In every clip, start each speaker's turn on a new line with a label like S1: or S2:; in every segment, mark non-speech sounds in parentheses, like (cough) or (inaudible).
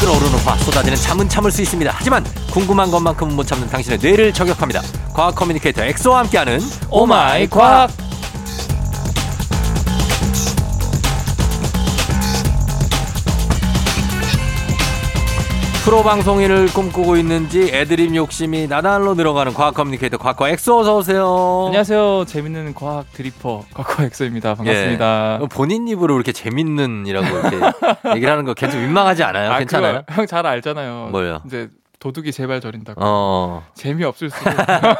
S1: 끓어오르는 화 쏟아지는 잠은 참을 수 있습니다. 하지만 궁금한 것만큼은 못 참는 당신의 뇌를 저격합니다. 과학 커뮤니케이터 엑소와 함께하는 오마이 과학. 프로 방송인을 꿈꾸고 있는지 애드립 욕심이 나날로 늘어가는 과학 커뮤니케이터 과학과 엑소 어서 오세요.
S2: 안녕하세요. 재밌는 과학 드리퍼 과거 엑소입니다. 반갑습니다.
S1: 예. 본인 입으로 이렇게 재밌는이라고 (laughs) 이렇게 얘기를 하는 거 계속 민망하지 않아요? 괜찮아요?
S2: 형잘 알잖아요.
S1: 뭐요?
S2: 이제 도둑이 제발 저린다고.
S1: 어.
S2: 재미없을
S1: (laughs)
S2: 수도.
S1: 아,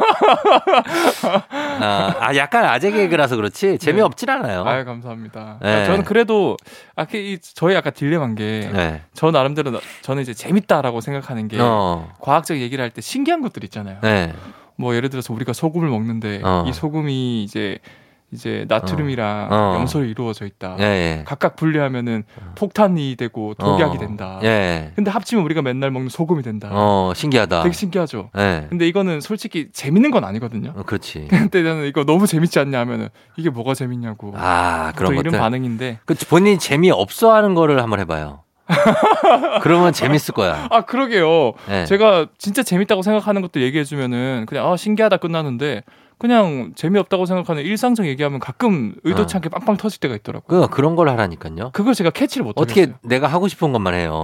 S1: 아, 약간 아재 개그라서 그렇지 재미없진 않아요.
S2: 네. 아유 감사합니다.
S1: 네.
S2: 저는 그래도 아까 이 저희 약간 딜레마인 게 저
S1: 네.
S2: 나름대로 나- 저는 이제 재밌다라고 생각하는 게
S1: 어.
S2: 과학적 얘기를 할 때 신기한 것들 있잖아요.
S1: 네.
S2: 뭐 예를 들어서 우리가 소금을 먹는데
S1: 어.
S2: 이 소금이 이제 이제 나트륨이랑
S1: 어.
S2: 염소로 이루어져 있다.
S1: 예, 예.
S2: 각각 분리하면은 폭탄이 되고 독약이
S1: 어.
S2: 된다.
S1: 예.
S2: 근데 합치면 우리가 맨날 먹는 소금이 된다.
S1: 어, 신기하다.
S2: 되게 신기하죠.
S1: 예.
S2: 근데 이거는 솔직히 재밌는 건 아니거든요. (laughs)
S1: 어, 그렇지.
S2: 근데 저는 이거 너무 재밌지 않냐 하면은 이게 뭐가 재밌냐고.
S1: 아,
S2: 또
S1: 그런
S2: 이런
S1: 것들.
S2: 반응인데.
S1: 그 본인이 재미없어 하는 거를 한번 해
S2: (laughs)
S1: 봐요. 그러면 재밌을 거야.
S2: 아 그러게요.
S1: 예.
S2: 제가 진짜 재밌다고 생각하는 것도 얘기해 주면은 그냥 아 신기하다 끝나는데 그냥 재미없다고 생각하는 일상적 얘기하면 가끔 의도치
S1: 어.
S2: 않게 빵빵 터질 때가 있더라고요.
S1: 그 그런 걸 하라니까요.
S2: 그걸 제가 캐치를 못
S1: 어떻게
S2: 하겠어요.
S1: 내가 하고 싶은 것만
S2: (laughs)
S1: 해요.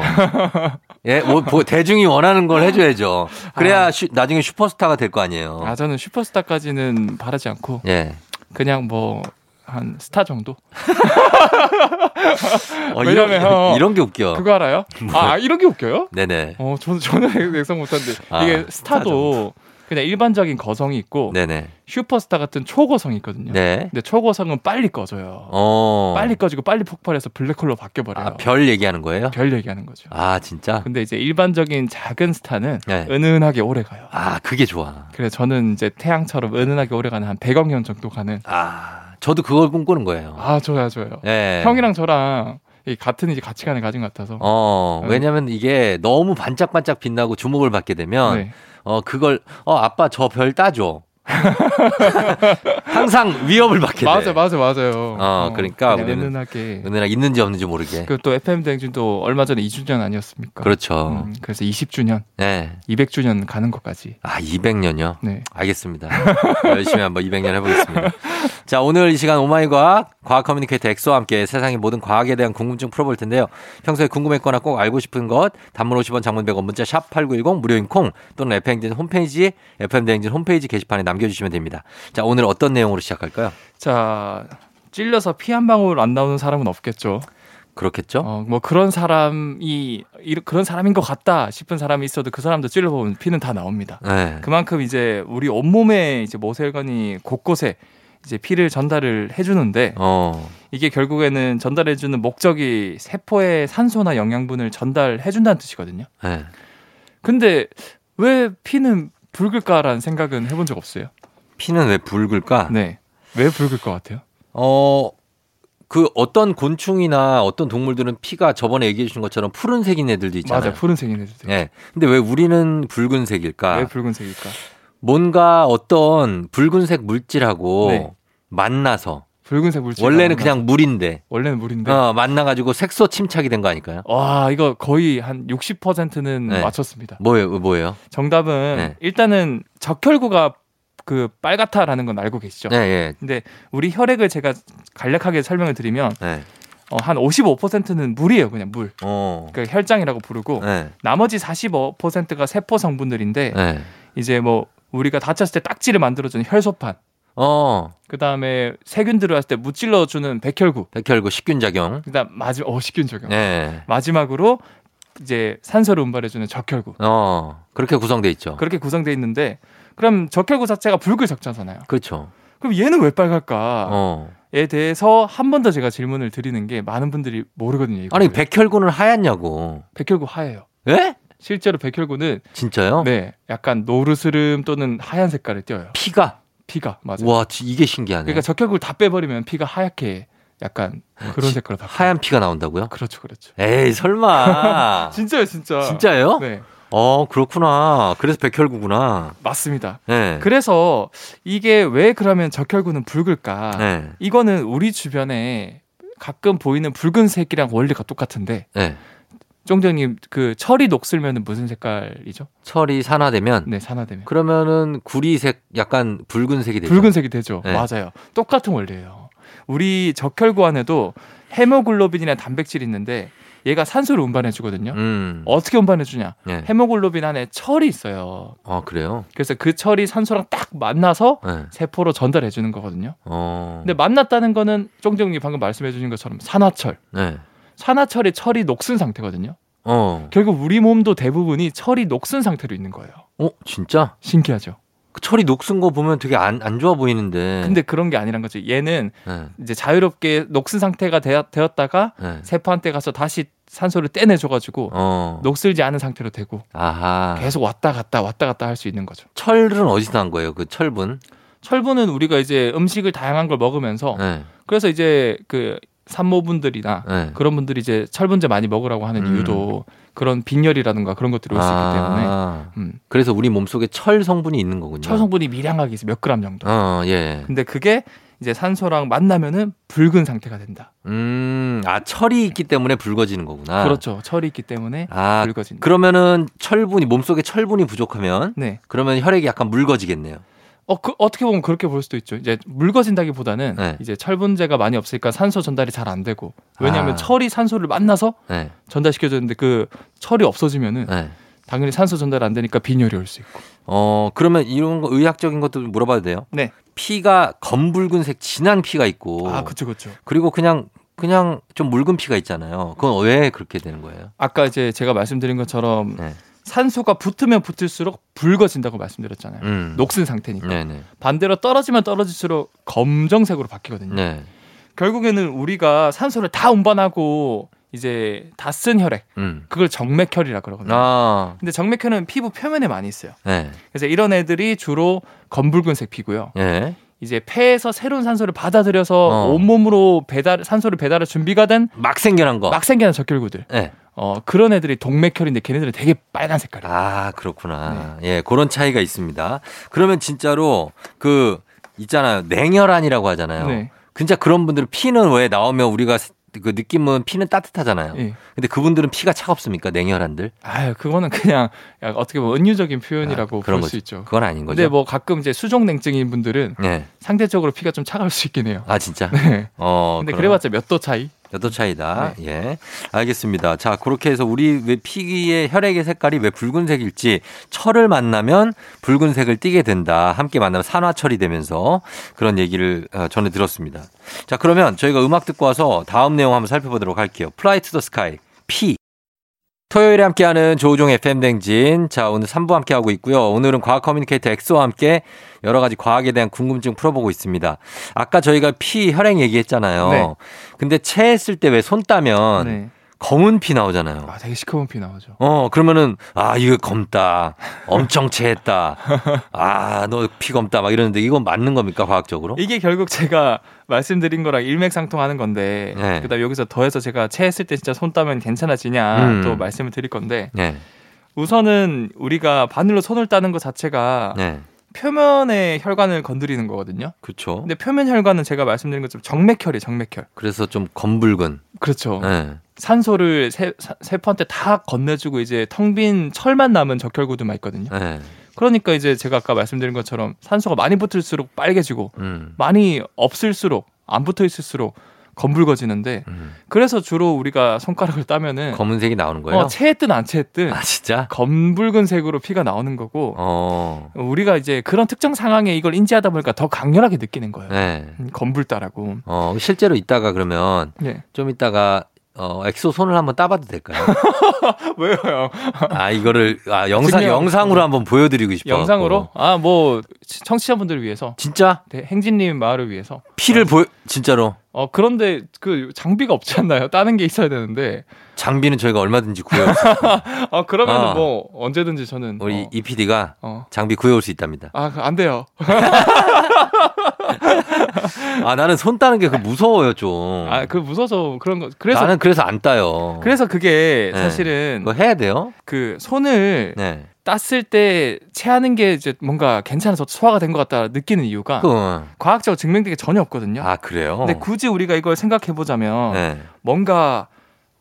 S1: 예, 뭐, 뭐, 대중이 원하는 걸 해줘야죠. 그래야 슈- 나중에 슈퍼스타가 될 거 아니에요.
S2: 아 저는 슈퍼스타까지는 바라지 않고
S1: 예.
S2: 그냥 뭐 한 스타 정도?
S1: 어,
S2: 왜냐면
S1: 이런,
S2: 형-
S1: 이런 게 웃겨.
S2: 그거 알아요?
S1: 어.
S2: 아 이런 게 웃겨요?
S1: 네네.
S2: 어, 저는 저는 (laughs) 예상 못한데
S1: 아,
S2: 이게
S1: 스타
S2: 스타도 그냥 일반적인 거성이 있고
S1: 네네.
S2: 슈퍼스타 같은 초거성이 있거든요.
S1: 네.
S2: 근데 초거성은 빨리 꺼져요.
S1: 어.
S2: 빨리 꺼지고 빨리 폭발해서 블랙홀로 바뀌어 버려요.
S1: 아, 별 얘기하는 거예요?
S2: 별 얘기하는 거죠.
S1: 아, 진짜?
S2: 근데 이제 일반적인 작은 스타는
S1: 네.
S2: 은은하게 오래 가요.
S1: 아, 그게 좋아.
S2: 그래서 저는 이제 태양처럼 은은하게 오래 가는 한 100억 년 정도 가는
S1: 아, 저도 그걸 꿈꾸는 거예요.
S2: 아, 좋아요, 좋아요.
S1: 예.
S2: 형이랑 저랑 이 같은 이제 가치관을 가진 것 같아서
S1: 어,
S2: 음.
S1: 왜냐면 이게 너무 반짝반짝 빛나고 주목을 받게 되면,
S2: 네.
S1: 어, 그걸, 어, 아빠 저 별 따줘. (laughs) 항상 위협을 받게 돼.
S2: 맞아, 맞아, 맞아요.
S1: 어, 그러니까
S2: 그냥
S1: 우리는
S2: 은은하게
S1: 은혜랑 있는지 없는지 모르게. 그...
S2: 그 또 FM 대행진도 얼마 전에 2주년 아니었습니까?
S1: 렇죠
S2: 음, 그래서 20주년,
S1: 네.
S2: 200주년 가는 것까지.
S1: 아, 200년요?
S2: 네.
S1: 알겠습니다. (laughs) 열심히 한번 200년 해보겠습니다. 자, 오늘 이 시간 오마이 과학, 과학 커뮤니케이터 엑소와 함께 세상의 모든 과학에 대한 궁금증 풀어볼 텐데요. 평소에 궁금했거나 꼭 알고 싶은 것, 단문 50원, 장문 100원, 문자 샵 8910, 무료인 콩, 또는 FM대행진 홈페이지, FM대행진 홈페이지 게시판에 남겨주시면 됩니다. 자, 오늘 어떤 내용으로 시작할까요?
S2: 자, 찔려서 피 한 방울 안 나오는 사람은 없겠죠.
S1: 그렇겠죠?
S2: 어, 뭐 그런 사람이 이런- 그런 사람인 것 같다 싶은 사람이 있어도 그 사람도 찔러보면 피는 다 나옵니다.
S1: 네.
S2: 어, 그만큼 이제 우리 온몸에 이제 모세혈관이 곳곳에 이제 피를 전달을 해주는데
S1: 어,
S2: 이게 결국에는 전달해주는 목적이 세포에 산소나 영양분을 전달해준다는 뜻이거든요.
S1: 네.
S2: 근데 왜 피는 붉을까라는 생각은 해본 적 없어요.
S1: 피는 왜 붉을까?
S2: 네. 왜 붉을 것 같아요?
S1: 어, 그 어떤 곤충이나 어떤 동물들은 피가 저번에 얘기해 주신 것처럼 푸른색인 애들도 있잖아요.
S2: 맞아, 푸른색인 애들.
S1: 예. 근데 왜 우리는
S2: 왜
S1: 붉은색일까?
S2: 붉은색일까?
S1: 뭔가 어떤 붉은색 물질하고
S2: 네.
S1: 만나서
S2: 붉은색 물질.
S1: 원래는 그냥 물인데
S2: 원래는 물인데.
S1: 어, 만나가지고 색소 침착이 된 거 아닐까요?
S2: 와, 이거 거의 한 60%는
S1: 네.
S2: 맞췄습니다.
S1: 뭐예요, 뭐예요?
S2: 정답은
S1: 네.
S2: 일단은 적혈구가 그 빨갛다라는 건 알고 계시죠?
S1: 예, 예,
S2: 근데 우리 혈액을 제가 간략하게 설명을 드리면
S1: 예.
S2: 어, 한 55%는 물이에요, 그냥 물.
S1: 어,
S2: 그 혈장이라고 부르고
S1: 예,
S2: 나머지 45%가 세포 성분들인데
S1: 예.
S2: 이제 뭐 우리가 다쳤을 때 딱지를 만들어주는 혈소판
S1: 어,
S2: 그다음에 세균 들어왔을 때 무찔러주는 백혈구
S1: 백혈구 식균 작용.
S2: 그다음 마지막 어 식균 적용
S1: 예.
S2: 마지막으로 이제 산소를 운반해주는 적혈구
S1: 어, 그렇게 구성돼 있죠.
S2: 그렇게 구성돼 있는데 그럼 적혈구 자체가 붉을 적자잖아요
S1: 그렇죠.
S2: 그럼 얘는 왜 빨갈까에
S1: 어.
S2: 대해서 한 번 더 제가 질문을 드리는 게 많은 분들이 모르거든요 이거를.
S1: 아니 백혈구는 하얗냐고.
S2: 백혈구 하얘요
S1: 예?
S2: 실제로 백혈구는
S1: 진짜요?
S2: 네 약간 노르스름 또는 하얀 색깔을 띄어요
S1: 피가
S2: 피가 맞아요
S1: 와 지- 이게 신기하네.
S2: 그러니까 적혈구를 다 빼버리면 피가 하얗게 약간 그런
S1: 지-
S2: 색깔로 바뀌어요
S1: 하얀 피가 나온다고요?
S2: 그렇죠, 그렇죠.
S1: 에이
S2: (laughs)
S1: 설마.
S2: 진짜요, 진짜.
S1: 진짜예요?
S2: 네,
S1: 어 그렇구나. 그래서 백혈구구나.
S2: 맞습니다.
S1: 네.
S2: 그래서 이게 왜 그러면 적혈구는 붉을까?
S1: 네.
S2: 이거는 우리 주변에 가끔 보이는 붉은색이랑 원리가 똑같은데
S1: 네.
S2: 쫑장님 그 철이 녹슬면 무슨 색깔이죠?
S1: 철이 산화되면
S2: 네 산화되면
S1: 그러면은 구리색 약간 붉은색이 되죠.
S2: 붉은색이 되죠.
S1: 네.
S2: 맞아요. 똑같은 원리예요. 우리 적혈구 안에도 헤모글로빈이나 단백질이 있는데 얘가 산소를 운반해주거든요.
S1: 음.
S2: 어떻게 운반해주냐?
S1: 네.
S2: 헤모글로빈 안에 철이 있어요.
S1: 아 그래요?
S2: 그래서 그 철이 산소랑 딱 만나서
S1: 네.
S2: 세포로 전달해주는 거거든요.
S1: 어.
S2: 근데 만났다는 거는 쫑정님 방금 말씀해주신 것처럼 산화철.
S1: 네.
S2: 산화철의 철이 녹슨 상태거든요.
S1: 어.
S2: 결국 우리 몸도 대부분이 철이 녹슨 상태로 있는 거예요.
S1: 어 진짜?
S2: 신기하죠.
S1: 그 철이 녹슨 거 보면 되게 안 안 좋아 보이는데.
S2: 근데 그런 게 아니란 거죠. 얘는
S1: 네.
S2: 이제 자유롭게 녹슨 상태가 되, 었다가
S1: 네.
S2: 세포한테 가서 다시 산소를 떼내줘가지고
S1: 어.
S2: 녹슬지 않은 상태로 되고
S1: 아하.
S2: 계속 왔다 갔다 왔다 갔다 할 수 있는 거죠.
S1: 철은 어디서 난 거예요? 그 철분?
S2: 철분은 우리가 이제 음식을 다양한 걸 먹으면서
S1: 네.
S2: 그래서 이제 그 산모분들이나
S1: 네.
S2: 그런 분들이 이제 철분제 많이 먹으라고 하는
S1: 음.
S2: 이유도 그런 빈혈이라든가 그런 것들이 올 수 있기 때문에
S1: 아,
S2: 음,
S1: 그래서 우리 몸 속에 철 성분이 있는 거군요.
S2: 철 성분이 미량하게 있어 몇 그램 정도.
S1: 어, 예.
S2: 근데 그게 이제 산소랑 만나면은 붉은 상태가 된다.
S1: 음, 아 철이 있기 때문에 붉어지는 거구나.
S2: 그렇죠. 철이 있기 때문에
S1: 아,
S2: 붉어진다.
S1: 그러면은 철분이 몸 속에 철분이 부족하면
S2: 네.
S1: 그러면 혈액이 약간 묽어지겠네요.
S2: 어, 그, 어떻게 보면 그렇게 볼 수도 있죠. 이제 묽어진다기보다는
S1: 네.
S2: 이제 철분제가 많이 없으니까 산소 전달이 잘 안 되고 왜냐하면
S1: 아.
S2: 철이 산소를 만나서
S1: 네.
S2: 전달시켜줬는데 그 철이 없어지면은
S1: 네.
S2: 당연히 산소 전달 안 되니까 빈혈이 올 수 있고.
S1: 어, 그러면 이런 거 의학적인 것도 좀 물어봐도 돼요?
S2: 네.
S1: 피가 검붉은색 진한 피가 있고
S2: 아, 그쵸, 그쵸.
S1: 그리고 그냥 그냥 좀 묽은 피가 있잖아요. 그건 왜 그렇게 되는 거예요?
S2: 아까 이제 제가 말씀드린 것처럼
S1: 네.
S2: 산소가 붙으면 붙을수록 붉어진다고 말씀드렸잖아요.
S1: 음.
S2: 녹슨 상태니까.
S1: 네, 네.
S2: 반대로 떨어지면 떨어질수록 검정색으로 바뀌거든요.
S1: 네.
S2: 결국에는 우리가 산소를 다 운반하고 이제 다 쓴 혈액,
S1: 음.
S2: 그걸 정맥혈이라 그러거든요.
S1: 아.
S2: 근데 정맥혈은 피부 표면에 많이 있어요.
S1: 네.
S2: 그래서 이런 애들이 주로 검붉은색 피고요.
S1: 예.
S2: 이제 폐에서 새로운 산소를 받아들여서
S1: 어.
S2: 온몸으로 배달 산소를 배달할 준비가 된 막
S1: 막 생겨난 거.
S2: 생기는 적혈구들.
S1: 예.
S2: 어, 그런 애들이 동맥혈인데 걔네들은 되게 빨간 색깔이에요.
S1: 아, 그렇구나.
S2: 네.
S1: 예, 그런 차이가 있습니다. 그러면 진짜로 그 있잖아요. 냉혈한이라고 하잖아요.
S2: 네.
S1: 진짜 그런 분들은 피는 왜 나오면 우리가 그 느낌은 피는 따뜻하잖아요.
S2: 예.
S1: 근데 그분들은 피가 차갑습니까? 냉혈한들?
S2: 아유, 그거는 그냥 야, 어떻게 보면 은유적인 표현이라고
S1: 아, 그런
S2: 볼
S1: 거죠.
S2: 수 있죠.
S1: 그건 아닌 거죠.
S2: 근데 뭐 가끔 이제 수족냉증인 분들은
S1: 예.
S2: 상대적으로 피가 좀 차가울 수 있긴 해요.
S1: 아, 진짜?
S2: 네.
S1: 어.
S2: 근데
S1: 그럼
S2: 그래봤자 몇 도 차이?
S1: 여도 차이다. 예. 알겠습니다. 자, 그렇게 해서 우리 왜 피의 혈액의 색깔이 왜 붉은색일지 철을 만나면 붉은색을 띠게 된다. 함께 만나면 산화철이 되면서 그런 얘기를 어, 전해 들었습니다. 자, 그러면 저희가 음악 듣고 와서 다음 내용 한번 살펴보도록 할게요. 플라이 투 더 스카이 피 토요일에 함께하는 조우종 FM 댕진. 자, 오늘 3부 함께하고 있고요. 오늘은 과학 커뮤니케이터 엑소와 함께 여러 가지 과학에 대한 궁금증 풀어보고 있습니다. 아까 저희가 피 혈액 얘기했잖아요.
S2: 네.
S1: 근데 체했을 때 왜 손 따면
S2: 네.
S1: 검은 피 나오잖아요.
S2: 아, 되게 시커먼 피 나오죠.
S1: 아, 어, 그러면은, 아, 이거 검다. 엄청
S2: (laughs)
S1: 체했다. 아, 너 피 검다. 막 이러는데 이건 맞는 겁니까, 과학적으로?
S2: 이게 결국 제가 말씀드린 거랑 일맥상통하는 건데
S1: 네.
S2: 그다음 에 여기서 더해서 제가 체했을 때 진짜 손 따면 괜찮아지냐
S1: 음.
S2: 또 말씀을 드릴 건데
S1: 네.
S2: 우선은 우리가 바늘로 손을 따는 것 자체가
S1: 네.
S2: 표면의 혈관을 건드리는 거거든요.
S1: 그렇죠.
S2: 근데 표면 혈관은 제가 말씀드린 것처럼 정맥혈이 에요 정맥혈.
S1: 그래서 좀 검붉은.
S2: 그렇죠.
S1: 네.
S2: 산소를 세, 사- 세포한테 다 건네주고 이제 텅 빈 철만 남은 적혈구들만 있거든요.
S1: 네.
S2: 그러니까 이제 제가 아까 말씀드린 것처럼 산소가 많이 붙을수록 빨개지고
S1: 음.
S2: 많이 없을수록 안 붙어 있을수록 검붉어지는데
S1: 음.
S2: 그래서 주로 우리가 손가락을 따면은
S1: 검은색이 나오는 거예요?
S2: 네. 어, 체했든 안 체했든
S1: 아, 진짜?
S2: 검붉은 색으로 피가 나오는 거고
S1: 어.
S2: 우리가 이제 그런 특정 상황에 이걸 인지하다 보니까 더 강렬하게 느끼는 거예요.
S1: 네.
S2: 음, 검붉다라고.
S1: 어, 실제로 이따가 그러면 (laughs)
S2: 네.
S1: 좀 이따가 어, 엑소 손을 한번 따봐도 될까요?
S2: (laughs) 왜요?
S1: 아, 이거를, 아, 영상,
S2: 증명.
S1: 영상으로 한번 보여드리고 싶어.
S2: 영상으로? 아 뭐 청취자분들을 위해서
S1: 진짜?
S2: 네, 행진님 마을을 위해서.
S1: 피를 보여 진짜로
S2: 어 그런데 그 장비가 없지 않나요? 따는 게 있어야 되는데.
S1: 장비는 저희가 얼마든지 구해올
S2: (laughs)
S1: 수
S2: 어 그러면
S1: 어.
S2: 은뭐 언제든지 저는
S1: 우리
S2: 어,
S1: 이 PD가
S2: 어.
S1: 장비 구해올 수 있답니다.
S2: 아안 돼요.
S1: 아 나는 손 따는 게 그 무서워요 좀.
S2: 아 그 무서워서 그런 거. 그래서
S1: 나는 그래서 안 따요.
S2: 그래서 그게
S1: 네.
S2: 사실은
S1: 그거 해야 돼요.
S2: 그 손을
S1: 네.
S2: 땄을 때 체하는 게 이제 뭔가 괜찮아서 소화가 된 것 같다 느끼는 이유가
S1: 그,
S2: 과학적으로 증명된 게 전혀 없거든요.
S1: 아 그래요.
S2: 어. 근데 굳이 우리가 이걸 생각해 보자면
S1: 네.
S2: 뭔가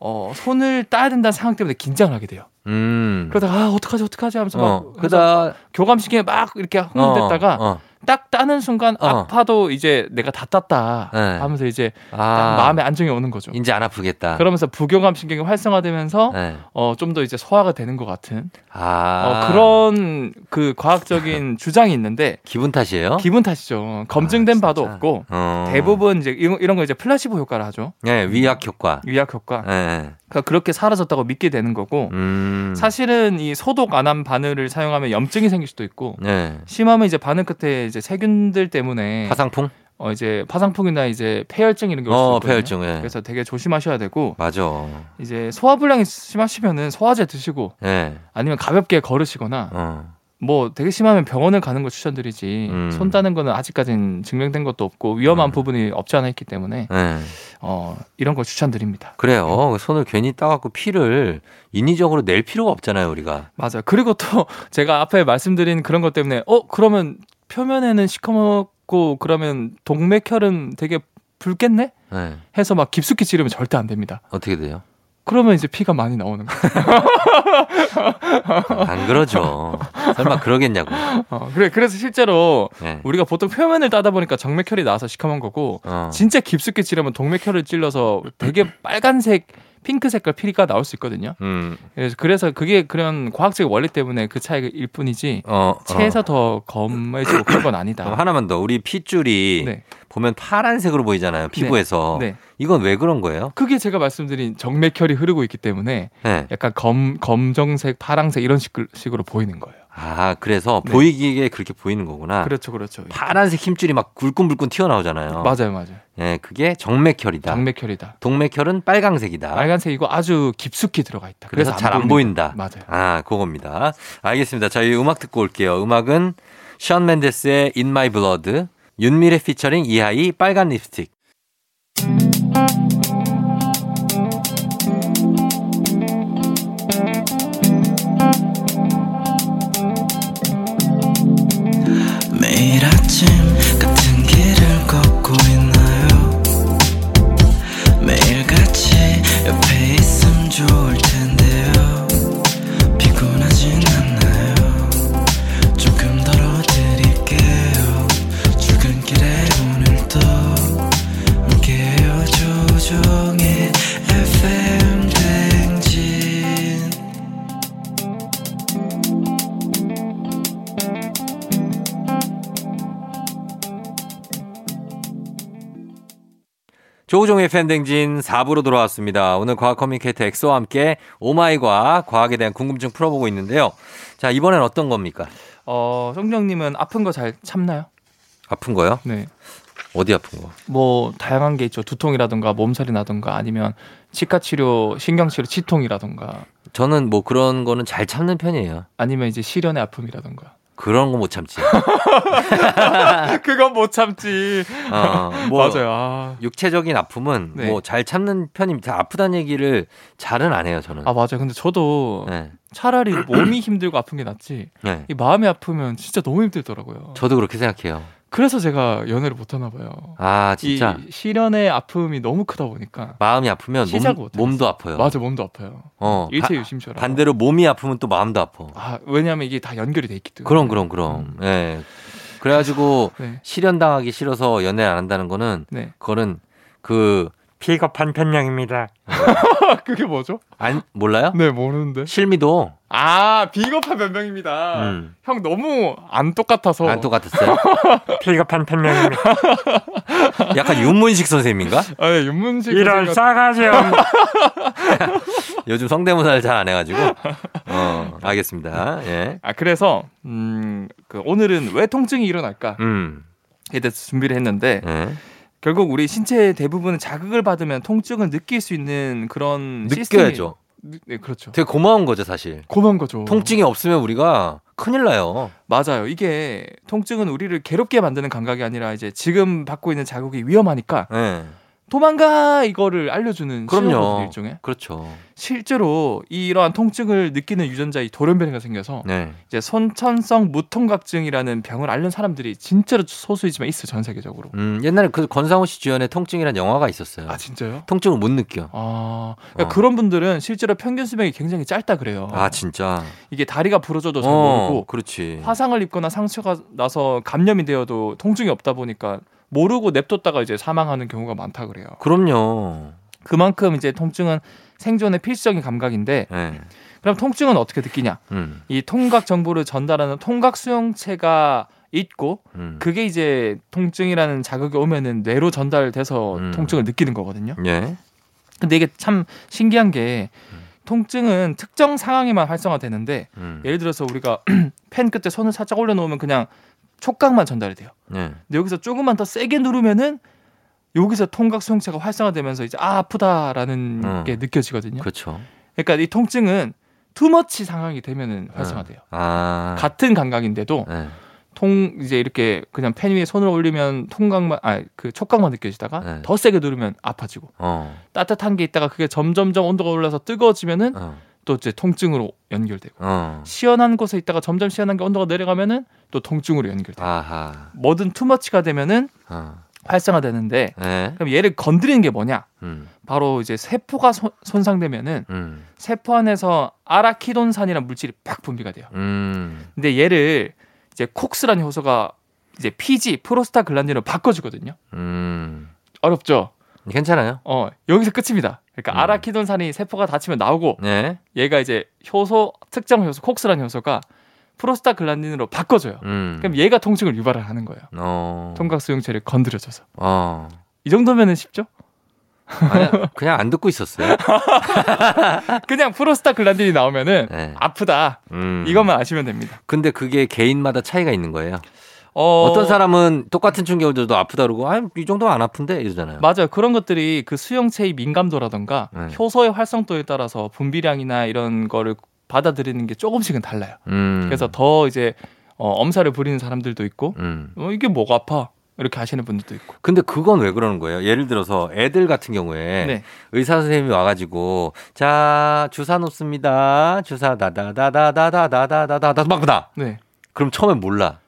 S2: 어, 손을 따야 된다는 상황 때문에 긴장을 하게 돼요.
S1: 음.
S2: 그러다가 아 어떡하지 어떡하지 하면서 막
S1: 어,
S2: 그래서
S1: 그다
S2: 교감시키에 막 이렇게 흥분됐다가
S1: 어, 어.
S2: 딱 따는 순간
S1: 어.
S2: 아파도 이제 내가 다 땄다
S1: 네.
S2: 하면서 이제 딱
S1: 아,
S2: 마음의 안정이 오는 거죠.
S1: 이제 안 아프겠다.
S2: 그러면서 부교감 신경이 활성화되면서
S1: 네.
S2: 어, 좀 더 이제 소화가 되는 것 같은
S1: 아,
S2: 어, 그런 그
S1: (laughs)
S2: 과학적인 주장이 있는데
S1: 기분 탓이에요?
S2: 기분 탓이죠. 검증된
S1: 어? 아,
S2: 바도
S1: 진짜?
S2: 없고
S1: 어.
S2: 대부분 이제 이런, 이런 거 이제 플라시보 효과라 하죠.
S1: 네, 위약 효과.
S2: 위약 효과.
S1: 네.
S2: 그러니까 그렇게 사라졌다고 믿게 되는 거고
S1: 음.
S2: 사실은 이 소독 안 한 바늘을 사용하면 염증이 생길 수도 있고
S1: 네.
S2: 심하면 이제 바늘 끝에 이제 세균들 때문에
S1: 화상풍?
S2: 어 이제 파상풍이나 이제 폐혈증 이런 게 올 수
S1: 어,
S2: 있거든요.
S1: 폐혈증. 예.
S2: 그래서 되게 조심하셔야 되고
S1: 맞아.
S2: 이제 소화불량이 심하시면은 소화제 드시고
S1: 예.
S2: 아니면 가볍게 걸으시거나
S1: 어.
S2: 뭐 되게 심하면 병원을 가는 걸 추천드리지
S1: 음.
S2: 손 따는 거는 아직까지는 증명된 것도 없고 위험한
S1: 음.
S2: 부분이 없지 않아 있기 때문에
S1: 예.
S2: 어 이런 걸 추천드립니다.
S1: 그래요. 손을 괜히 따갖고 피를 인위적으로 낼 필요가 없잖아요, 우리가.
S2: 맞아요. 그리고 또 (laughs) 제가 앞에 말씀드린 그런 것 때문에 어 그러면 표면에는 시커멓고 그러면 동맥혈은 되게 붉겠네
S1: 예.
S2: 해서 막 깊숙이 찌르면 절대 안 됩니다.
S1: 어떻게 돼요?
S2: 그러면 이제 피가 많이 나오는 거예요.
S1: 안 그러죠. 설마 그러겠냐고.
S2: 어, 그래 그래서 실제로
S1: 예.
S2: 우리가 보통 표면을 따다 보니까 정맥혈이 나와서 시커먼 거고
S1: 어.
S2: 진짜 깊숙이 찌르면 동맥혈을 찔러서 되게
S1: (clears throat)
S2: 빨간색 핑크 색깔 피리가 나올 수 있거든요.
S1: 음.
S2: 그래서- 그래서 그게 그런 과학적 원리 때문에 그 차이일 뿐이지
S1: 어. 어.
S2: 체에서 더 검해지고 그런 건
S1: 그럼
S2: 아니다.
S1: 하나만 더. 우리 핏줄이
S2: 네,
S1: 보면 파란색으로 보이잖아요. 피부에서.
S2: 네.
S1: 이건 왜 그런 거예요?
S2: 그게 제가 말씀드린 정맥혈이 흐르고 있기 때문에
S1: 예.
S2: 약간 검 검정색, 파랑색 이런 식- 식으로 보이는 거예요.
S1: 아, 그래서
S2: 네.
S1: 보이기에 그렇게 보이는 거구나.
S2: 그렇죠, 그렇죠.
S1: 파란색 힘줄이 막 굵군굵군 튀어나오잖아요.
S2: 맞아요, 맞아요.
S1: 예, 그게 정맥혈이다.
S2: 정맥혈이다.
S1: 동맥혈은 빨강색이다.
S2: 빨간색이고 아주 깊숙이 들어가 있다.
S1: 그래서 잘 안 보인다.
S2: 맞아요.
S1: 아, 그겁니다. 알겠습니다. 저희 음악 듣고 올게요. 음악은 션 맨데스의 In My Blood, 윤미래 피처링 이하이 빨간 립스틱.
S3: 매일 아침 같은 길을 걷고 있나요 매일 같이 옆에 있음 좋을 텐데요 피곤하진 않나요 조금 덜어드릴게요 출근길에 오늘도 함께해요 조종의 FM 댕진
S1: 조우종의 팬댕진 4부로 돌아왔습니다. 오늘 과학 커뮤니케이터 엑소와 함께 오마이과 과학에 대한 궁금증 풀어보고 있는데요. 자, 이번엔 어떤 겁니까?
S2: 어, 성정님은 아픈 거 잘 참나요?
S1: 아픈 거요?
S2: 네.
S1: 어디 아픈 거?
S2: 뭐 다양한 게 있죠. 두통이라든가 몸살이라든가 아니면 치과 치료, 신경 치료, 치통이라든가
S1: 저는 뭐 그런 거는 잘 참는 편이에요.
S2: 아니면 이제 시련의 아픔이라든가.
S1: 그런 거 못 참지.
S2: 아, 그건 못 참지. (laughs)
S1: 어, 뭐
S2: 맞아요. 아.
S1: 육체적인 아픔은
S2: 네.
S1: 뭐 잘 참는 편입니다. 아프다는 얘기를 잘은 안 해요, 저는.
S2: 아, 맞아요. 근데 저도
S1: 네.
S2: 차라리 몸이 힘들고 아픈 게 낫지.
S1: 네.
S2: 이 마음이 아프면 진짜 너무 힘들더라고요.
S1: 저도 그렇게 생각해요.
S2: 그래서 제가 연애를 못 하나 봐요.
S1: 아, 진짜.
S2: 이 시련의 아픔이 너무 크다 보니까
S1: 마음이 아프면
S2: 시작을
S1: 몸,
S2: 못하겠어.
S1: 몸도 아파요.
S2: 맞아 몸도 아파요.
S1: 어.
S2: 일체
S1: 바-
S2: 유심처럼.
S1: 반대로 몸이 아프면 또 마음도 아파.
S2: 아, 네. 음. 왜냐면 이게 다 연결이 돼 있기 때문에.
S1: 그럼, 그럼, 그럼. 예. 그래가지고
S2: 네.
S1: 실현당하기 싫어서 연애 안 한다는 거는,
S2: 네.
S1: 그거는 그,
S4: 비겁한 편량입니다.
S2: 아, 그게 뭐죠?
S1: 안, 몰라요?
S2: 네, 모르는데.
S1: 실미도.
S2: 아, 비겁한 변명입니다.
S1: 음.
S2: 형 너무 안 똑같아서.
S1: 안 똑같았어요?
S4: 비겁한 편량입니다.
S1: 약간 윤문식
S2: (laughs)
S1: 선생님인가?
S2: 아, 네, 윤문식
S4: 이런
S2: 선생님
S4: 싸가지 없는
S1: 요즘 성대모사를 잘 안 해가지고. 어, 알겠습니다. 예.
S2: 아, 그래서 음, 그 오늘은 왜 통증이 일어날까에
S1: 음.
S2: 대해서 준비를 했는데
S1: 예.
S2: 결국 우리 신체 대부분은 자극을 받으면 통증을 느낄 수 있는 그런 시스템이-
S1: 느껴야죠.
S2: 느- 네, 그렇죠.
S1: 되게 고마운 거죠, 사실.
S2: 고마운 거죠.
S1: 통증이 없으면 우리가 큰일 나요.
S2: 맞아요. 이게 통증은 우리를 괴롭게 만드는 감각이 아니라 이제 지금 받고 있는 자극이 위험하니까
S1: 예.
S2: 도망가 이거를 알려주는
S1: 그럼요.
S2: 신호거든요, 일종의
S1: 그렇죠.
S2: 실제로 이러한 통증을 느끼는 유전자의 돌연변이가 생겨서
S1: 네.
S2: 이제 선천성 무통각증이라는 병을 앓는 사람들이 진짜로 소수이지만 있어 요전 세계적으로.
S1: 음, 옛날에 그 권상우 씨 주연의 통증이란 영화가 있었어요.
S2: 아 진짜요?
S1: 통증을 못 느껴.
S2: 아 그러니까
S1: 네. 어.
S2: 그런 분들은 실제로 평균 수명이 굉장히 짧다 그래요.
S1: 아 진짜.
S2: 이게 다리가 부러져도 잘
S1: 어,
S2: 모르고
S1: 그렇지.
S2: 화상을 입거나 상처가 나서 감염이 되어도 통증이 없다 보니까 모르고 냅뒀다가 이제 사망하는 경우가 많다 그래요.
S1: 그럼요.
S2: 그만큼 이제 통증은 생존의 필수적인 감각인데
S1: 네.
S2: 그럼 통증은 어떻게 느끼냐?
S1: 음,
S2: 이 통각 정보를 전달하는 통각 수용체가 있고
S1: 음.
S2: 그게 이제 통증이라는 자극이 오면은 뇌로 전달돼서
S1: 음.
S2: 통증을 느끼는 거거든요.
S1: 예.
S2: 근데 이게 참 신기한 게 통증은 특정 상황에만 활성화되는데
S1: 음.
S2: 예를 들어서 우리가 (clears throat) 펜 끝에 손을 살짝 올려놓으면 그냥 촉각만 전달이 돼요.
S1: 예.
S2: 근데 여기서 조금만 더 세게 누르면은 여기서 통각 수용체가 활성화되면서 이제 아 아프다라는
S1: 음.
S2: 게 느껴지거든요.
S1: 그렇죠.
S2: 그러니까 이 통증은 투머치 상황이 되면은 활성화돼요.
S1: 아.
S2: 같은 감각인데도
S1: 예.
S2: 통 이제 이렇게 그냥 펜 위에 손을 올리면 통각만 아 그 촉각만 느껴지다가
S1: 네.
S2: 더 세게 누르면 아파지고
S1: 어.
S2: 따뜻한 게 있다가 그게 점점점 온도가 올라서 뜨거워지면은
S1: 어.
S2: 또 이제 통증으로 연결되고
S1: 어.
S2: 시원한 곳에 있다가 점점 시원한 게 온도가 내려가면은 또 통증으로 연결돼. 요
S1: 아하.
S2: 뭐든 투머치가 되면은
S1: 어.
S2: 활성화되는데
S1: 예.
S2: 그럼 얘를 건드리는 게 뭐냐?
S1: 음.
S2: 바로 이제 세포가 손- 손상되면은
S1: 음.
S2: 세포 안에서 아라키돈산이라는 물질이 팍 분비가 돼요.
S1: 음.
S2: 근데 얘를 이제 콕스라는 효소가 이제 PG 프로스타글란딘으로 바꿔주거든요.
S1: 음.
S2: 어렵죠.
S1: 괜찮아요.
S2: 어 여기서 끝입니다. 그러니까
S1: 음.
S2: 아라키돈산이 세포가 다치면 나오고
S1: 네.
S2: 얘가 이제 효소 특정 효소 콕스라는 효소가 프로스타글란딘으로 바꿔줘요.
S1: 음.
S2: 그럼 얘가 통증을 유발을 하는 거예요.
S1: 어.
S2: 통각 수용체를 건드려줘서
S1: 어.
S2: 이 정도면은 쉽죠?
S1: 아니, 그냥 안 듣고 있었어요.
S2: 그냥 프로스타글란딘이 나오면은
S1: 음. 네.
S2: 아프다
S1: 음.
S2: 이것만 아시면 됩니다.
S1: 근데 그게 개인마다 차이가 있는 거예요.
S2: 어,
S1: 어... 떤 사람은 똑같은 충격을 줘도 아프다 그러고 아, 이 정도면 안 아픈데 이러잖아요.
S2: 맞아요. 그런 것들이 그 수용체의 민감도라던가
S1: 네.
S2: 효소의 활성도에 따라서 분비량이나 이런 거를 받아들이는 게 조금씩은 달라요.
S1: 음.
S2: 그래서 더 이제 어, 엄살을 부리는 사람들도 있고
S1: 음.
S2: 어, 이게 뭐가 아파 이렇게 하시는 분들도 있고.
S1: 근데 그건 왜 그러는 거예요? 예를 들어서 애들 같은 경우에
S2: 네.
S1: 의사 선생님이 와가지고 자 주사 놓습니다. 주사 다다다다다다다다다다다 막다.
S2: 네.
S1: 그럼 처음엔 몰라.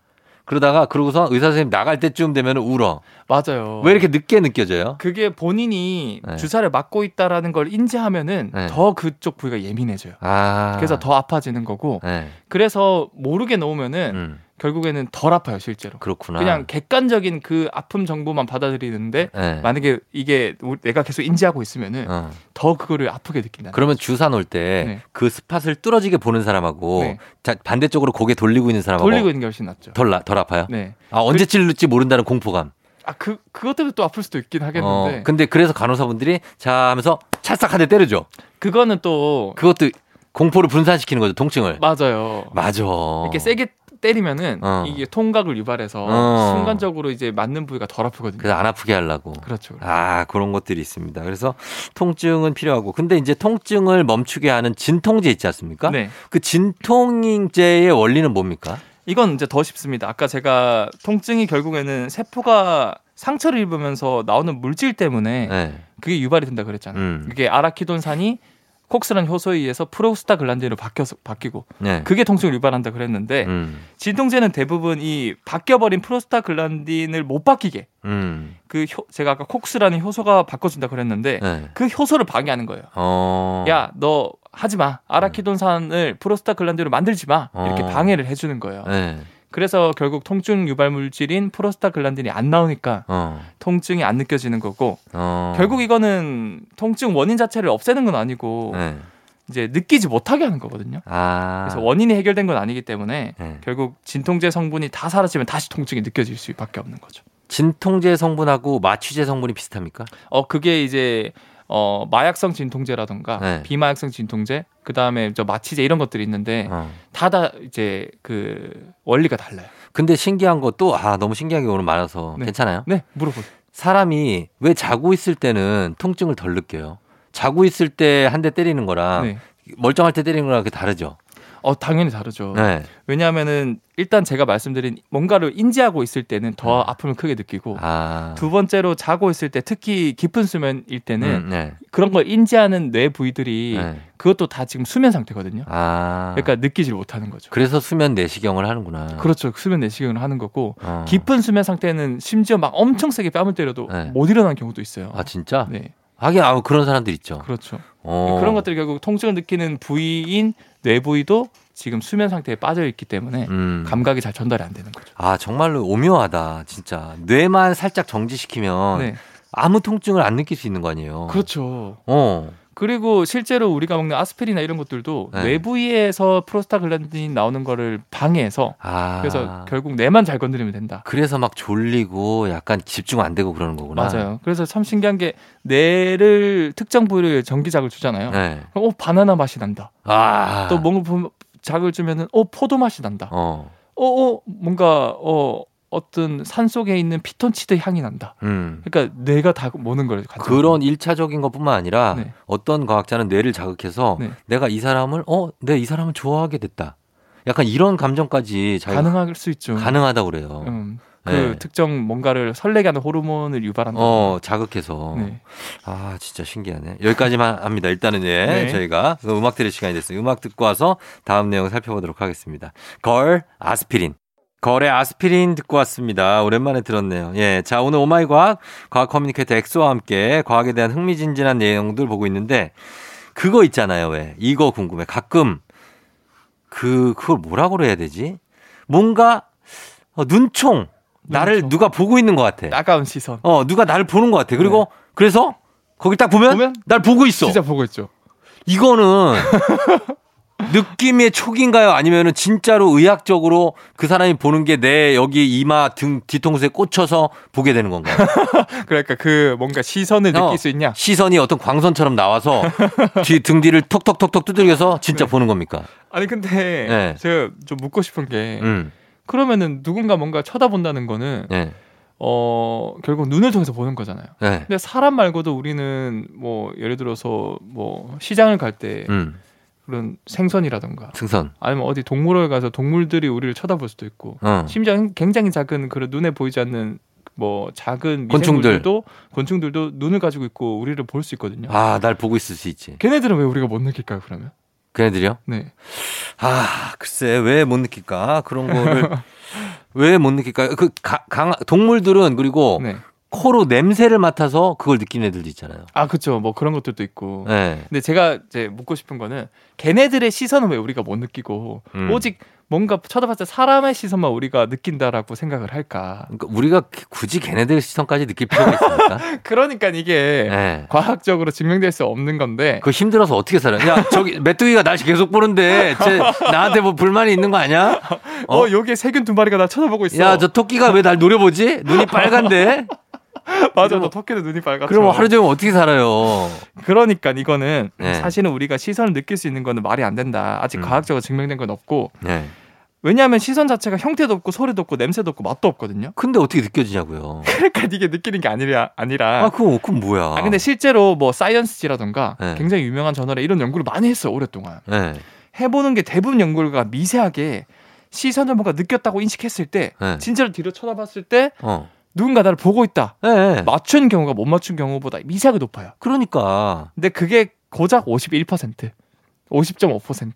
S1: 그러다가 그러고서 의사 선생님 나갈 때쯤 되면 울어.
S2: 맞아요.
S1: 왜 이렇게 늦게 느껴져요?
S2: 그게 본인이
S1: 네.
S2: 주사를 맞고 있다라는 걸 인지하면은
S1: 네.
S2: 더 그쪽 부위가 예민해져요.
S1: 아
S2: 그래서 더 아파지는 거고
S1: 네.
S2: 그래서 모르게 놓으면은
S1: 음,
S2: 결국에는 덜 아파요 실제로.
S1: 그렇구나.
S2: 그냥 객관적인 그 아픔 정보만 받아들이는데
S1: 네.
S2: 만약에 이게 우리- 내가 계속 인지하고 있으면은
S1: 어.
S2: 더 그거를 아프게 느낀다.
S1: 그러면 주사 놓을 때 그
S2: 네.
S1: 스팟을 뚫어지게 보는 사람하고
S2: 네.
S1: 자, 반대쪽으로 고개 돌리고 있는 사람하고
S2: 돌리고 있는 게 훨씬 낫죠.
S1: 덜, 나- 덜 아파요?
S2: 네.
S1: 아, 언제 찔릴지 모른다는 공포감.
S2: 아 그 그것 때문에 또 아플 수도 있긴 하겠는데
S1: 어, 근데 그래서 간호사분들이 자 하면서 찰싹 한 대 때려줘.
S2: 그거는 또
S1: 그것도 공포를 분산시키는 거죠, 통증을.
S2: 맞아요.
S1: 맞아.
S2: 이렇게 세게 때리면은
S1: 어.
S2: 이게 통각을 유발해서
S1: 어.
S2: 순간적으로 이제 맞는 부위가 덜 아프거든요.
S1: 그래서 안 아프게 하려고.
S2: 그렇죠. 그렇죠.
S1: 아, 그런 것들이 있습니다. 그래서 통증은 필요하고. 근데 이제 통증을 멈추게 하는 진통제 있지 않습니까?
S2: 네.
S1: 그 진통제의 원리는 뭡니까?
S2: 이건 이제 더 쉽습니다. 아까 제가 통증이 결국에는 세포가 상처를 입으면서 나오는 물질 때문에
S1: 네.
S2: 그게 유발이 된다 그랬잖아요.
S1: 음.
S2: 그게 아라키돈산이 콕스라는 효소에 의해서 프로스타글란딘으로 바뀌어서 바뀌고
S1: 네.
S2: 그게 통증을 유발한다 그랬는데
S1: 음.
S2: 진통제는 대부분 이 바뀌어버린 프로스타글란딘을 못 바뀌게
S1: 음.
S2: 그 효- 제가 아까 콕스라는 효소가 바꿔준다 그랬는데
S1: 네.
S2: 그 효소를 방해하는 거예요.
S1: 어. 음.
S2: 야 너 하지 마 아라키돈산을 프로스타글란딘으로 만들지 마 이렇게
S1: 어.
S2: 방해를 해주는 거예요.
S1: 네.
S2: 그래서 결국 통증 유발 물질인 프로스타글란딘이 안 나오니까
S1: 어.
S2: 통증이 안 느껴지는 거고
S1: 어.
S2: 결국 이거는 통증 원인 자체를 없애는 건 아니고
S1: 네.
S2: 이제 느끼지 못하게 하는 거거든요.
S1: 아.
S2: 그래서 원인이 해결된 건 아니기 때문에
S1: 네.
S2: 결국 진통제 성분이 다 사라지면 다시 통증이 느껴질 수밖에 없는 거죠.
S1: 진통제 성분하고 마취제 성분이 비슷합니까?
S2: 어 그게 이제 어 마약성 진통제라던가
S1: 네.
S2: 비마약성 진통제 그다음에 저 마취제 이런 것들이 있는데
S1: 어.
S2: 다 다 이제 그 원리가 달라요.
S1: 근데 신기한 것도 아 너무 신기한 게 오늘 많아서
S2: 네.
S1: 괜찮아요?
S2: 네, 물어보세요.
S1: 사람이 왜 자고 있을 때는 통증을 덜 느껴요? 자고 있을 때 한 대 때리는 거랑
S2: 네.
S1: 멀쩡할 때 때리는 거랑 그 다르죠.
S2: 어 당연히 다르죠.
S1: 네.
S2: 왜냐하면은 일단 제가 말씀드린 뭔가를 인지하고 있을 때는 더 아픔을 크게 느끼고
S1: 음. 아.
S2: 어. 두 번째로 자고 있을 때 특히 깊은 수면일 때는
S1: 음, 네.
S2: 그런 걸 인지하는 뇌 부위들이
S1: 네.
S2: 그것도 다 지금 수면 상태거든요.
S1: 아.
S2: 그러니까 느끼질 못하는 거죠.
S1: 그래서 수면 내시경을 하는구나.
S2: 그렇죠. 수면 내시경을 하는 거고
S1: 어.
S2: 깊은 수면 상태는 심지어 막 엄청 세게 뺨을 때려도
S1: 네.
S2: 못 일어나는 경우도 있어요.
S1: 아 진짜?
S2: 네,
S1: 하긴 아무 그런 사람들 있죠.
S2: 그렇죠.
S1: 어.
S2: 그런 것들이 결국 통증을 느끼는 부위인 뇌 부위도 지금 수면 상태에 빠져 있기 때문에
S1: 음.
S2: 감각이 잘 전달이 안 되는 거죠.
S1: 아 정말로 오묘하다 진짜 뇌만 살짝 정지시키면
S2: 네,
S1: 아무 통증을 안 느낄 수 있는 거 아니에요.
S2: 그렇죠.
S1: 어.
S2: 그리고 실제로 우리가 먹는 아스피린이나 이런 것들도
S1: 네.
S2: 뇌 부위에서 프로스타글란딘 나오는 거를 방해해서
S1: 아.
S2: 그래서 결국 뇌만 잘 건드리면 된다.
S1: 그래서 막 졸리고 약간 집중 안 되고 그러는 거구나.
S2: 맞아요. 그래서 참 신기한 게 뇌를 특정 부위에 전기작을 주잖아요.
S1: 네.
S2: 그럼 어 바나나 맛이 난다.
S1: 아.
S2: 또 뭐- 뭔가 보면 작을 주면은 어 포도 맛이 난다.
S1: 어.
S2: 어, 어 뭔가 어 어떤 산 속에 있는 피톤치드 향이 난다.
S1: 음.
S2: 그러니까 뇌가 다 모는 거예요. 간접.
S1: 그런 일차적인 것뿐만 아니라
S2: 네.
S1: 어떤 과학자는 뇌를 자극해서
S2: 네.
S1: 내가 이 사람을 어, 내가 이 사람을 좋아하게 됐다. 약간 이런 감정까지 자기가
S2: 가능할 수 있죠.
S1: 가능하다고 그래요.
S2: 음, 그
S1: 네.
S2: 특정 뭔가를 설레게 하는 호르몬을 유발한다.
S1: 어, 자극해서.
S2: 네.
S1: 아, 진짜 신기하네. 여기까지만 합니다. 일단은 예,
S2: 네.
S1: 저희가 음악 들을 시간이 됐어요. 음악 듣고 와서 다음 내용 살펴보도록 하겠습니다. 걸 아스피린. 걸의 아스피린 듣고 왔습니다. 오랜만에 들었네요. 예. 자, 오늘 오마이 과학, 과학 커뮤니케이터 엑소와 함께 과학에 대한 흥미진진한 내용들 보고 있는데, 그거 있잖아요. 왜. 이거 궁금해. 가끔, 그, 그걸 뭐라고 해야 되지? 뭔가, 어, 눈총. 나를
S2: 눈총.
S1: 누가 보고 있는 것 같아.
S2: 따가운 시선.
S1: 어, 누가 나를 보는 것 같아. 그리고 그래서 거기 딱 보면,
S2: 보면?
S1: 날 보고 있어.
S2: 진짜 보고 있죠.
S1: 이거는 느낌의 촉인가요? 아니면은 진짜로 의학적으로 그 사람이 보는 게 내 여기 이마 등 뒤통수에 꽂혀서 보게 되는 건가요?
S2: 그러니까 그 뭔가 시선을
S1: 어.
S2: 느낄 수 있냐?
S1: 시선이 어떤 광선처럼 나와서 뒤, 등 뒤를 톡톡톡톡 두들겨서 진짜 보는 겁니까?
S2: 아니 근데
S1: 네.
S2: 제가 좀 묻고 싶은 게
S1: 음,
S2: 그러면은 누군가 뭔가 쳐다본다는 거는
S1: 예,
S2: 어 결국 눈을 통해서 보는 거잖아요.
S1: 예,
S2: 근데 사람 말고도 우리는 뭐 예를 들어서 뭐 시장을 갈 때
S1: 음,
S2: 그런 생선이라던가
S1: 승선,
S2: 아니면 어디 동물원 가서 동물들이 우리를 쳐다볼 수도 있고
S1: 어,
S2: 심지어 굉장히 작은 그런 눈에 보이지 않는 뭐 작은
S1: 곤충들.
S2: 미생물들도 곤충들도 눈을 가지고 있고 우리를 볼 수 있거든요.
S1: 아, 날 보고 있을 수 있지.
S2: 걔네들은 왜 우리가 못 느낄까요, 그러면?
S1: 걔네들이요?
S2: 네.
S1: 아, 글쎄, 왜 못 느낄까? 그런
S2: (laughs)
S1: 거를 왜 못 느낄까요? 그 가- 강, 동물들은 그리고
S2: 네.
S1: 코로 냄새를 맡아서 그걸 느끼는 애들도 있잖아요.
S2: 아, 그렇죠. 뭐 그런 것들도 있고.
S1: 네.
S2: 근데 제가 이제 묻고 싶은 거는 걔네들의 시선은 왜 우리가 못 느끼고
S1: 음.
S2: 오직 뭔가 쳐다봤을 때 사람의 시선만 우리가 느낀다라고 생각을 할까?
S1: 그러니까 우리가 굳이 걔네들 시선까지 느낄 필요가 있습니까?
S2: (laughs) 그러니까 이게
S1: 음. 네.
S2: 과학적으로 증명될 수 없는 건데
S1: 그 힘들어서 어떻게 살아요? 야, 저기 메뚜기가 날 계속 보는데 쟤 나한테 뭐 불만이 있는 거 아니야?
S2: 어,
S1: 어?
S2: 여기에 세균 두 마리가 나 쳐다보고 있어. 그렇죠.
S1: 야, 저 토끼가 왜 날 노려보지? 눈이 빨간데?
S2: (laughs) 맞아, 너 토끼도 눈이 빨갛죠.
S1: 그럼 뭐 하루 종일 어떻게 살아요?
S2: 그러니까 이거는
S1: 네.
S2: 사실은 우리가 시선을 느낄 수 있는 거는 말이 안 된다. 아직
S1: 음.
S2: 과학적으로 증명된 건 없고
S1: 네.
S2: 왜냐하면 시선 자체가 형태도 없고 소리도 없고 냄새도 없고 맛도 없거든요. (laughs)
S1: 근데 어떻게 느껴지냐고요?
S2: 그러니까 이게 느끼는 게 아니라 아니라.
S1: 아, 그건, 그건 뭐야?
S2: 아, 근데 실제로 뭐 사이언스지라던가
S1: 네.
S2: 굉장히 유명한 저널에 이런 연구를 많이 했어요 오랫동안
S1: 네.
S2: 해보는 게 대부분 연구가 미세하게 시선을 뭔가 느꼈다고 인식했을 때
S1: 네.
S2: 진짜로 뒤로 쳐다봤을 때
S1: 어.
S2: 누군가 나를 보고 있다
S1: 네. 네.
S2: 맞춘 경우가 못 맞춘 경우보다 미세하게 높아요
S1: 그러니까.
S2: 근데 그게 고작 51% 50.5%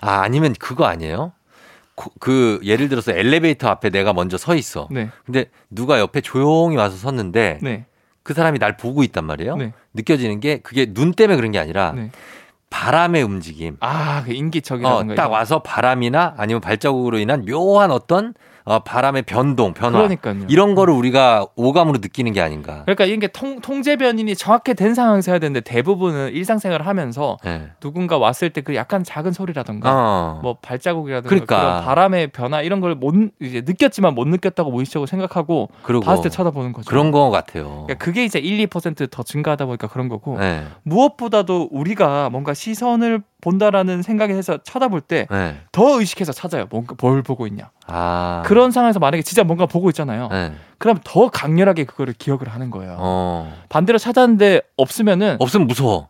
S1: 아, 아니면 그거 아니에요? 고- 그, 예를 들어서 엘리베이터 앞에 내가 먼저 서 있어.
S2: 네.
S1: 근데 누가 옆에 조용히 와서 섰는데
S2: 네.
S1: 그 사람이 날 보고 있단 말이에요.
S2: 네.
S1: 느껴지는 게 그게 눈 때문에 그런 게 아니라
S2: 네.
S1: 바람의 움직임.
S2: 아, 그 인기척이라는
S1: 어,
S2: 거예요.
S1: 딱 와서 바람이나 아니면 발자국으로 인한 묘한 어떤 어, 바람의 변동, 변화.
S2: 그러니까요.
S1: 이런 거를 우리가 오감으로 느끼는 게 아닌가.
S2: 그러니까 이게 통, 통제 변인이 정확히 된 상황에서 해야 되는데 대부분은 일상생활을 하면서
S1: 예.
S2: 누군가 왔을 때 네. 그 약간 작은 소리라던가
S1: 어.
S2: 뭐 발자국이라든가
S1: 그러니까.
S2: 그런 바람의 변화 이런 걸 못 이제 느꼈지만 못 느꼈다고 무의식적으로 생각하고
S1: 그리고
S2: 봤을 때 쳐다보는 거죠.
S1: 그런 거 같아요.
S2: 그러니까 그게 이제 1, 2%더 증가하다 보니까 그런 뭐 거고
S1: 예.
S2: 무엇보다도 우리가 뭔가 시선을 본다라는 생각에 해서 쳐다볼 때 더
S1: 예.
S2: 의식해서 찾아요. 뭔가 뭘 보고 있냐.
S1: 아.
S2: 그런 상황에서 만약에 진짜 뭔가 보고 있잖아요.
S1: 예.
S2: 그럼 더 강렬하게 그거를 기억을 하는 거예요.
S1: 어.
S2: 반대로 찾았는데 없으면은
S1: 없으면 무서워.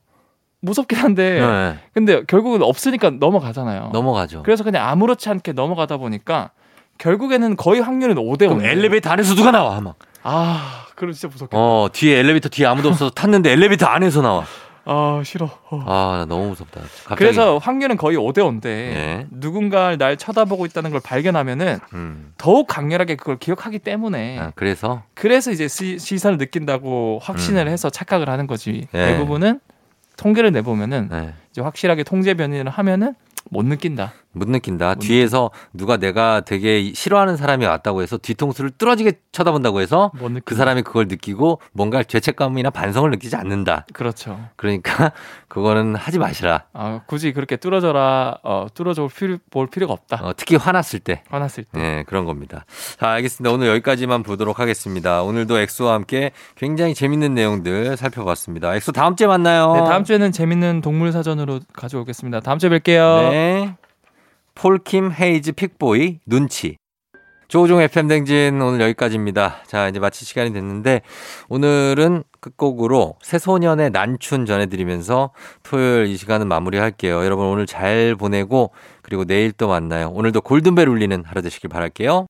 S2: 무섭긴 한데
S1: 네.
S2: 근데 결국은 없으니까 넘어가잖아요.
S1: 넘어가죠.
S2: 그래서 그냥 아무렇지 않게 넘어가다 보니까 결국에는 거의 확률은 5대 5.
S1: 그럼 엘리베이터 안에서 누가 나와? 막.
S2: 아, 그럼 진짜 무섭겠다.
S1: 어, 뒤에 엘리베이터 뒤에 아무도 없어서 탔는데 엘리베이터 안에서 나와.
S2: 아, 싫어. 어.
S1: 아, 나 너무 무섭다. 갑자기.
S2: 그래서 확률은 거의 5대 5인데
S1: 네.
S2: 누군가 날 쳐다보고 있다는 걸 발견하면은
S1: 음.
S2: 더욱 강렬하게 그걸 기억하기 때문에
S1: 아, 그래서
S2: 그래서 이제 시, 시선을 느낀다고
S1: 음.
S2: 확신을 해서 착각을 하는 거지. 그
S1: 네.
S2: 대부분은 통계를 내보면은
S1: 네.
S2: 이제 확실하게 통제 변인을 하면은 못 느낀다.
S1: 못 느낀다. 뒤에서 누가 내가 되게 싫어하는 사람이 왔다고 해서 뒤통수를 뚫어지게 쳐다본다고 해서
S2: 못 느낀다.
S1: 그 사람이 그걸 느끼고 뭔가 죄책감이나 반성을 느끼지 않는다.
S2: 그렇죠.
S1: 그러니까 (laughs) 그거는 하지 마시라.
S2: 아, 굳이 그렇게 뚫어져라, 어, 뚫어져 필요- 볼 필요가 없다.
S1: 어, 특히 화났을 때.
S2: 화났을 때.
S1: 네, 그런 겁니다. 자, 알겠습니다. 오늘 여기까지만 보도록 하겠습니다. 오늘도 엑소와 함께 굉장히 재밌는 내용들 살펴봤습니다. 엑소 다음 주에 만나요.
S2: 네, 다음 주에는 재밌는 동물 사전으로 가져오겠습니다. 다음 주에 뵐게요.
S1: 네. 폴킴 헤이즈 픽보이 눈치. 조우종 FM 댕진 오늘 여기까지입니다. 자, 이제 마칠 시간이 됐는데 오늘은 끝곡으로 새소년의 난춘 전해드리면서 토요일 이 시간은 마무리할게요. 여러분 오늘 잘 보내고 그리고 내일 또 만나요. 오늘도 골든벨 울리는 하루 되시길 바랄게요.